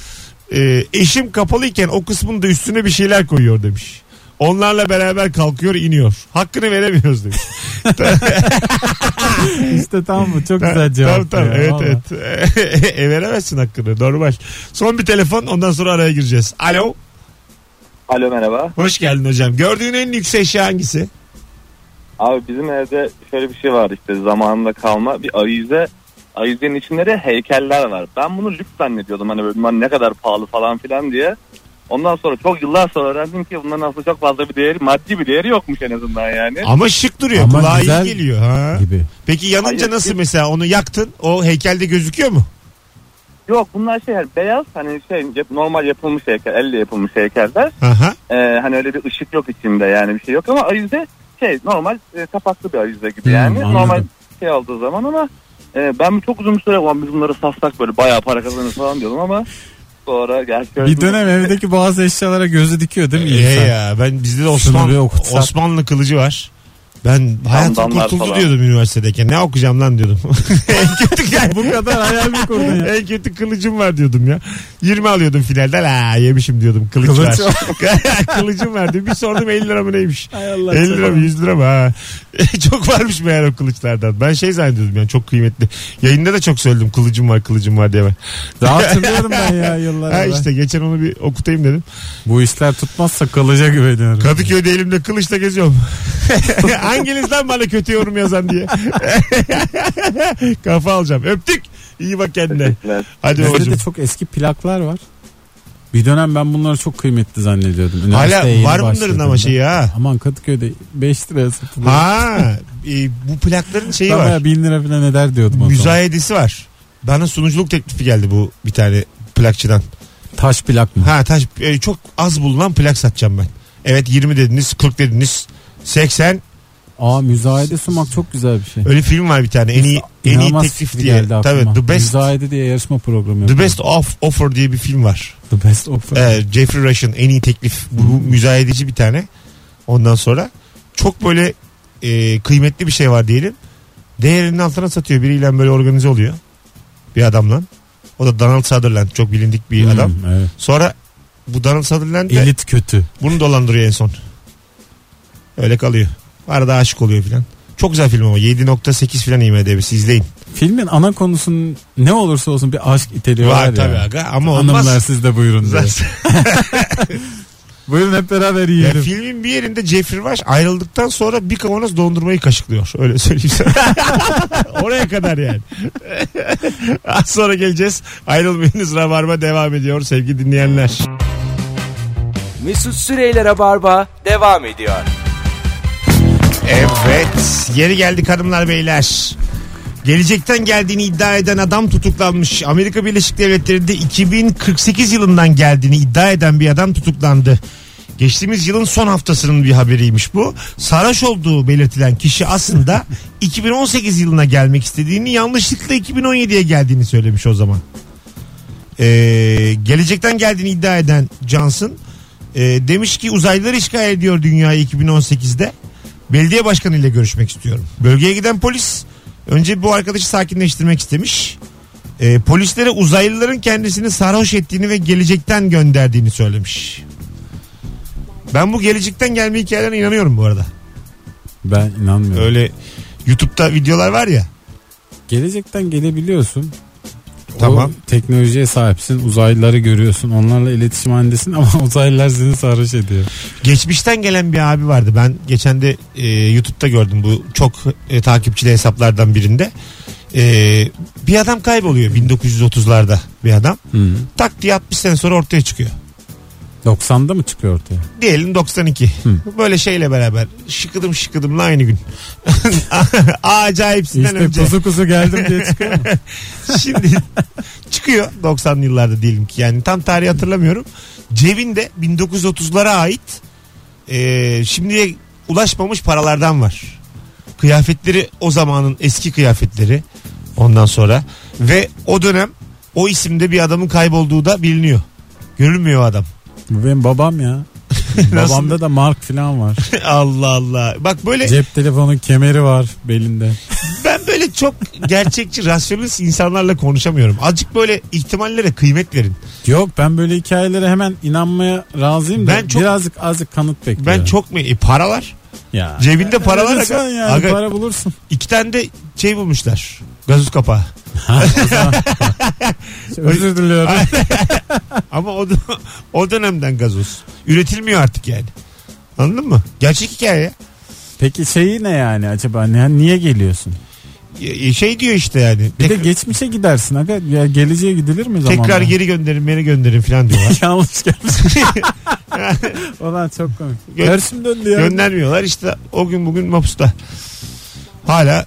Ee, eşim kapalıyken o kısmın da üstüne bir şeyler koyuyor demiş. Onlarla beraber kalkıyor iniyor. Hakkını veremiyoruz demiş. İşte tamam mı? Çok güzel cevap. Tamam tamam ya, evet valla. evet. e, veremezsin hakkını normal. Son bir telefon ondan sonra araya gireceğiz. Alo. Alo merhaba. Hoş geldin hocam. Gördüğün en lüks eşya hangisi? Abi bizim evde şöyle bir şey var işte zamanında kalma bir avize. Avizenin içinde de heykeller var. Ben bunu lüks zannediyordum hani böyle bunlar ne kadar pahalı falan filan diye. Ondan sonra çok yıllar sonra öğrendim ki bunların aslında çok fazla bir değeri, maddi bir değeri yokmuş en azından yani. Ama şık duruyor. Ama Kulağa güzel. iyi geliyor. Ha. Gibi. Peki yanınca Hayır, nasıl mesela onu yaktın? O heykelde gözüküyor mu? Yok bunlar şey yani beyaz hani şey yap- normal yapılmış heykel, elle yapılmış heykeller. Aha. Ee, hani öyle bir ışık yok içinde yani bir şey yok ama avize şey normal e, kapaklı bir avize gibi Hmm, yani. anladım. normal şey aldığı zaman ama e, ben çok uzun bir süre ulan biz bunları satsak böyle bayağı para kazanırız falan diyordum ama sonra gerçekten... Bir dönem evdeki bazı eşyalara gözü dikiyor değil mi Ee, insan? ya ben bizde de Şunu bir Osman, okutsak. Osmanlı kılıcı var. Ben hayatım Damdanlar kurtuldu falan. diyordum üniversitedeyken. Ne okuyacağım lan diyordum. en kötü Bu kadar hayal mi kurdun ya? En kötü kılıcım var diyordum ya. 20 alıyordum finalde. La yemişim diyordum. Kılıç, Kılıç var. kılıcım var diyor. Bir sordum 50 lira mı neymiş? Hay Allah. 50 lira mı 100 lira mı? Ha. çok varmış meğer o kılıçlardan. Ben şey zannediyordum yani çok kıymetli. Yayında da çok söyledim kılıcım var kılıcım var diye ben. Daha hatırlıyorum ben ya yıllar Ha evvel. işte geçen onu bir okutayım dedim. Bu işler tutmazsa kılıca güveniyorum. Kadıköy'de elimde kılıçla geziyorum. Hanginiz lan bana kötü yorum yazan diye. Kafa alacağım. Öptük. İyi bak kendine. Hadi Bizde babacığım. de çok eski plaklar var. Bir dönem ben bunları çok kıymetli zannediyordum. Hala Üniversiteye yeni var bunların ama başladığımda. şeyi ha. Aman Kadıköy'de 5 liraya satılıyor. Ha, e, bu plakların şeyi Tabii var. ya, bin lira falan eder diyordum o zaman. Müzayedesi var. Bana sunuculuk teklifi geldi bu bir tane plakçıdan. Taş plak mı? Ha taş e, çok az bulunan plak satacağım ben. Evet 20 dediniz, 40 dediniz, 80. Aa müzayede sunmak çok güzel bir şey. Öyle film var bir tane. En iyi en iyi İnanılmaz teklif fikri diye. geldi Tabii aklıma. The Best Müzayede diye yarışma programı The yapıyor. Best of Offer diye bir film var. The Best Offer. Ee, Jeffrey Rush'ın en iyi teklif bu bu müzayedeci bir tane. Ondan sonra çok böyle e, kıymetli bir şey var diyelim. Değerinin altına satıyor biriyle böyle organize oluyor. Bir adamla. O da Donald Sutherland çok bilindik bir Hmm, adam. evet. Sonra bu Donald Sutherland de Elit kötü. bunu dolandırıyor en son. Öyle kalıyor. Arada aşık oluyor filan. Çok güzel film ama 7.8 filan IMDb'si izleyin. Filmin ana konusunun ne olursa olsun bir aşk iteliği var, var ya. tabii aga ama Hanımlar olmaz. siz de buyurun. diye. Zaten- Buyurun hep beraber Ya yiyelim. filmin bir yerinde Jeffrey Rush ayrıldıktan sonra bir kavanoz dondurmayı kaşıklıyor. Öyle söyleyeyim sana. Oraya kadar yani. Az sonra geleceğiz. Ayrılmayınız. Rabarba devam ediyor sevgili dinleyenler. Mesut Süreyler'e barba devam ediyor. Evet. Geri geldik hanımlar beyler. Gelecekten geldiğini iddia eden adam tutuklanmış. Amerika Birleşik Devletleri'nde 2048 yılından geldiğini iddia eden bir adam tutuklandı. Geçtiğimiz yılın son haftasının bir haberiymiş bu. Sarhoş olduğu belirtilen kişi aslında 2018 yılına gelmek istediğini yanlışlıkla 2017'ye geldiğini söylemiş o zaman. Ee, gelecekten geldiğini iddia eden Johnson e, demiş ki uzaylılar işgal ediyor dünyayı 2018'de. Belediye başkanı ile görüşmek istiyorum. Bölgeye giden polis önce bu arkadaşı sakinleştirmek istemiş. Ee, polislere uzaylıların kendisini sarhoş ettiğini ve gelecekten gönderdiğini söylemiş. Ben bu gelecekten gelme hikayelerine inanıyorum bu arada. Ben inanmıyorum. Öyle YouTube'da videolar var ya. Gelecekten gelebiliyorsun. Tamam. O teknolojiye sahipsin. Uzaylıları görüyorsun. Onlarla iletişim halindesin ama uzaylılar seni sarhoş ediyor. Geçmişten gelen bir abi vardı. Ben geçen de e, YouTube'da gördüm bu çok e, takipçili hesaplardan birinde. E, bir adam kayboluyor 1930'larda bir adam. Tak diye 60 sene sonra ortaya çıkıyor. 90'da mı çıkıyor ortaya? Diyelim 92. Böyle şeyle beraber şıkıdım şıkıdımla aynı gün. Acayipsinden İşte önce. kuzu kuzu geldim diye çıkıyor. Şimdi çıkıyor 90'lı yıllarda diyelim ki yani tam tarihi hatırlamıyorum. Cebinde 1930'lara ait e, şimdiye ulaşmamış paralardan var. Kıyafetleri o zamanın eski kıyafetleri ondan sonra ve o dönem o isimde bir adamın kaybolduğu da biliniyor. Görülmüyor o adam. Bu benim babam ya. Babamda da mark falan var. Allah Allah. Bak böyle Cep telefonu kemeri var belinde. ben böyle çok gerçekçi, rasyonist insanlarla konuşamıyorum. Azıcık böyle ihtimallere kıymet verin. Yok ben böyle hikayelere hemen inanmaya razıyım da Ben çok- birazcık azıcık kanıt bekliyorum. Ben çok mu? E, para var. ya. Cebinde para var. Lütfen Aga, yani Aga, şey para bulursun. iki tane de şey bulmuşlar. Gazoz kapağı. Özür diliyorum. Ama o, dön- o dönemden gazoz. Üretilmiyor artık yani. Anladın mı? Gerçek hikaye. ya. Peki şeyi ne yani acaba ne, niye geliyorsun? Y- Şey diyor işte yani. Bir de tek- geçmişe gidersin aga. Ya geleceğe gidilir mi zamanla? tekrar geri gönderin beni gönderin falan diyorlar. Yanlış gelmiş. Ulan çok komik. Gö- Dersim döndü ya. Göndermiyorlar işte o gün bugün mapusta. Hala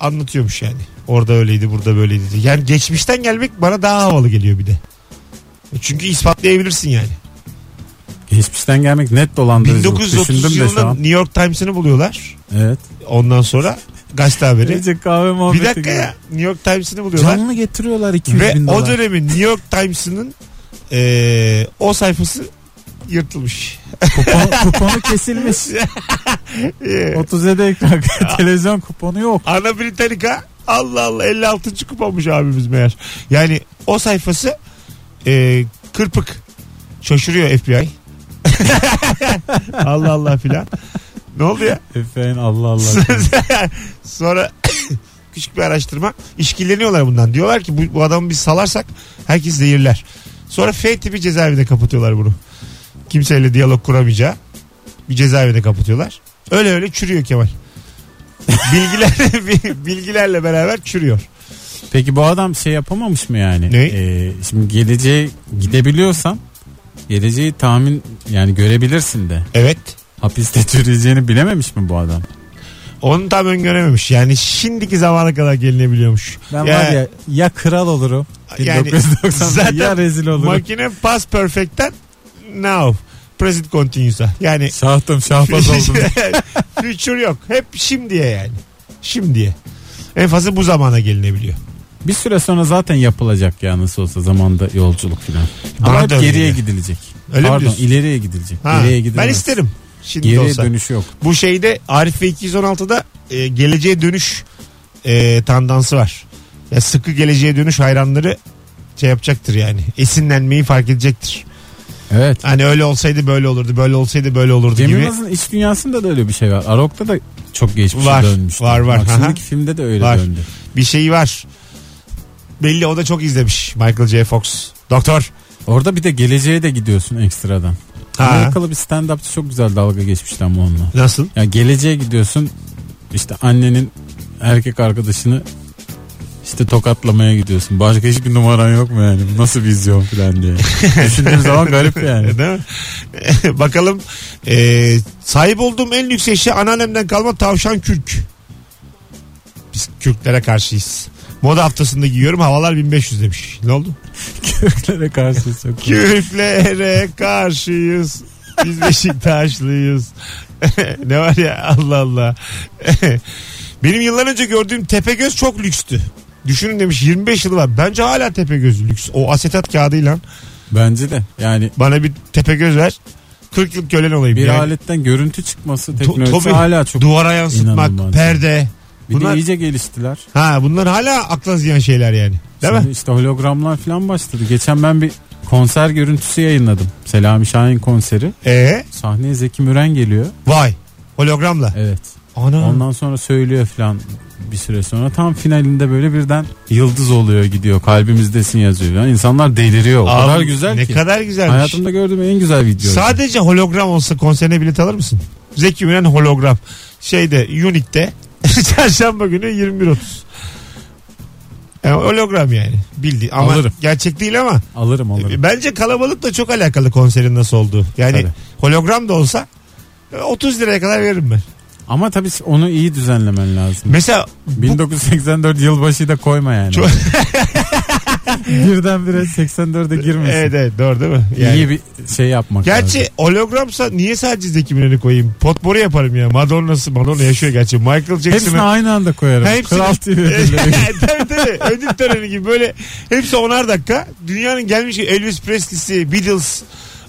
anlatıyormuş yani. Orada öyleydi burada böyleydi. diye. Yani geçmişten gelmek bana daha havalı geliyor bir de. E Çünkü ispatlayabilirsin yani. Geçmişten gelmek net dolandırıcı. 1930 Düşündüm de şu yılında an. New York Times'ını buluyorlar. Evet. Ondan sonra gazete haberi. İyice kahve muhabbeti bir dakika gibi. ya New York Times'ini buluyorlar. Canlı getiriyorlar 200 Ve bin dolar. o dönemin New York Times'ının eee, o sayfası yırtılmış. Kupon- kuponu kesilmiş. Eee, 37 ekran televizyon kuponu yok. Ana Britannica Allah Allah 56. kupamış abimiz meğer. Yani o sayfası eee, kırpık. Şaşırıyor FBI. Allah Allah filan. Ne oldu ya? Efendim Allah Allah. Sonra küçük bir araştırma. İşkilleniyorlar bundan. Diyorlar ki bu, bu adamı biz salarsak herkes zehirler. Sonra F tipi cezaevinde kapatıyorlar bunu. Kimseyle diyalog kuramayacağı bir cezaevinde kapatıyorlar. Öyle öyle çürüyor Kemal. Bilgiler, bilgilerle beraber çürüyor. Peki bu adam şey yapamamış mı yani? Ne? Ee, şimdi geleceğe gidebiliyorsan geleceği tahmin yani görebilirsin de. Evet. Hapiste çürüyeceğini bilememiş mi bu adam? Onu tam öngörememiş. Yani şimdiki zamana kadar gelinebiliyormuş. Ben var ya ya kral olurum. Yani 1990'da zaten ya rezil olurum. Makine past perfect'ten now. Present continuous'a. Yani Şahtım şahbaz oldum. Future yok. Hep şimdiye yani. Şimdiye. En fazla bu zamana gelinebiliyor. Bir süre sonra zaten yapılacak ya nasıl olsa zamanda yolculuk filan. Bana Ama hep da öyle geriye geliyor. gidilecek. Öyle mi Pardon diyorsun? ileriye gidilecek. Ha, Geriye gidilmez. ben isterim. Şimdi Geriye olsa. dönüş yok. Bu şeyde Arif ve 216'da e, geleceğe dönüş e, tandansı var. Ya sıkı geleceğe dönüş hayranları şey yapacaktır yani. Esinlenmeyi fark edecektir. Evet. Hani öyle olsaydı böyle olurdu, böyle olsaydı böyle olurdu Cem gibi. Yılmaz'ın iç dünyasında da öyle bir şey var. Arok'ta da çok geçmişe Var, dönmüş. var, var. Bak, Aha. şimdiki filmde de öyle Var. döndü. Bir şeyi var. Belli o da çok izlemiş Michael J. Fox. Doktor. Orada bir de geleceğe de gidiyorsun ekstradan. Ha. Amerikalı bir stand-upçı çok güzel dalga geçmişti ama onunla. Ya Nasıl? geleceğe gidiyorsun işte annenin erkek arkadaşını işte tokatlamaya gidiyorsun. Başka hiçbir numaran yok mu yani? Bu Nasıl vizyon falan diye. Düşündüğüm zaman garip yani. Değil mi? Bakalım e, sahip olduğum en lüks eşya anneannemden kalma tavşan kürk. Biz kürklere karşıyız. Moda haftasında giyiyorum havalar 1500 demiş. Ne oldu? Köklere karşı çok. Kürklere karşıyız. Biz Beşiktaşlıyız. ne var ya Allah Allah. Benim yıllar önce gördüğüm Tepegöz çok lükstü. Düşünün demiş 25 yılı var. Bence hala Tepegöz lüks. O asetat kağıdıyla Bence de yani bana bir Tepegöz ver. 40 yıl kölen olayım. bir yani. aletten görüntü çıkması To- teknolojisi tabii. hala çok. Duvara yansıtmak, İnanılmaz. perde. Bir Bunlar, de iyice geliştiler. ha, bunlar hala akla ziyan şeyler yani. Değil Şimdi mi? işte hologramlar falan başladı. Geçen ben bir konser görüntüsü yayınladım. Selami Şahin konseri. Ee, Sahneye Zeki Müren geliyor. vay. Hologramla. Evet. Ana. Ondan sonra söylüyor falan bir süre sonra tam finalinde böyle birden yıldız oluyor gidiyor kalbimizdesin yazıyor. Yani insanlar deliriyor. O Abi, kadar güzel ne ki. kadar şey. güzelmiş. Hayatımda gördüğüm en güzel video. Sadece hologram olsa konserine bilet alır mısın? Zeki Müren hologram. Şeyde Unique'de çarşamba günü 21.30. Yani E, hologram yani. Bildi ama Alırım. gerçek değil ama Alırım alırım. bence kalabalıkla çok alakalı konserin nasıl olduğu. Yani Tabii. hologram da olsa e, 30 liraya kadar veririm ben. Ama tabii onu iyi düzenlemen lazım. Mesela bu, 1984 yılbaşıyı da koyma yani. Çok- Birdenbire 84'e girmesin. evet, evet doğru değil mi? Yani- İyi bir şey yapmak lazım. Gerçi hologramsa niye sadece Zeki Müren'i koyayım? Potpourri yaparım ya. Madonna'sı Madonna yaşıyor gerçi. Michael Hepsini Jackson'ı aynı anda koyarım. Hepsini- Kral TV ödülleri. tabii tabii. Ödül töreni gibi böyle hepsi onar dakika. Dünyanın gelmiş Elvis Presley'si, Beatles.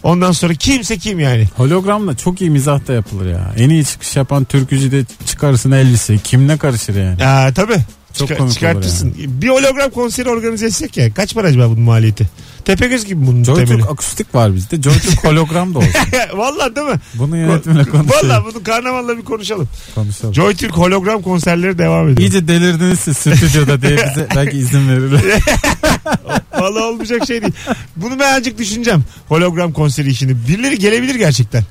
Ondan sonra kimse kim yani. Hologramla çok iyi mizah da yapılır ya. En iyi çıkış yapan türkücü de çıkarsın 50'si. Kimle karışır yani? Aa, tabii. Çok Çıkar- komik olur çıkartırsın. Bir hologram konseri organize etsek ya. Kaç para acaba bunun maliyeti? Tepegöz gibi bunun temeli. Joytuk akustik var bizde. Joytuk hologram da olsun. Vallahi değil mi? Bunu yönetimle konuşalım. Vallahi bunu karnavalla bir konuşalım. konuşalım. Joy Türk hologram konserleri devam ediyor. İyice delirdiniz siz stüdyoda diye bize belki izin verirler. Vallahi olmayacak şey değil. Bunu ben azıcık düşüneceğim. Hologram konseri işini. Birileri gelebilir gerçekten.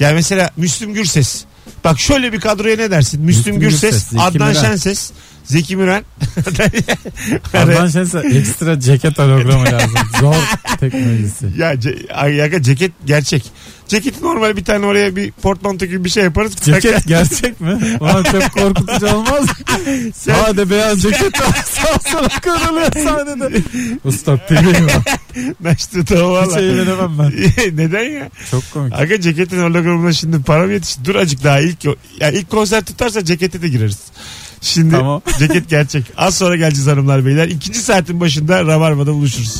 Yani mesela Müslüm Gürses. Bak şöyle bir kadroya ne dersin? Müslüm, Müslüm Gürses, Gürses, Zeki Adnan Müren. Şenses, Zeki Müren. Adnan Şense ekstra ceket hologramı lazım. Zor teknolojisi. ya, ce- ay, yaka ceket gerçek. Ceket normal bir tane oraya bir portmanto gibi bir şey yaparız. Ceket gerçek mi? Ulan çok korkutucu olmaz. mı? Sade beyaz ceket var. Sağ sola kırılıyor sahnede. Usta pileyim. Naştı tamam Hiç valla. eğlenemem ben. Neden ya? Çok komik. Aga ceketin hologramına şimdi para mı yetişti? Dur acık daha ilk ya ilk konser tutarsa cekete de gireriz. Şimdi Tamam. ceket gerçek. Az sonra geleceğiz hanımlar beyler. İkinci saatin başında Rabarba'da buluşuruz.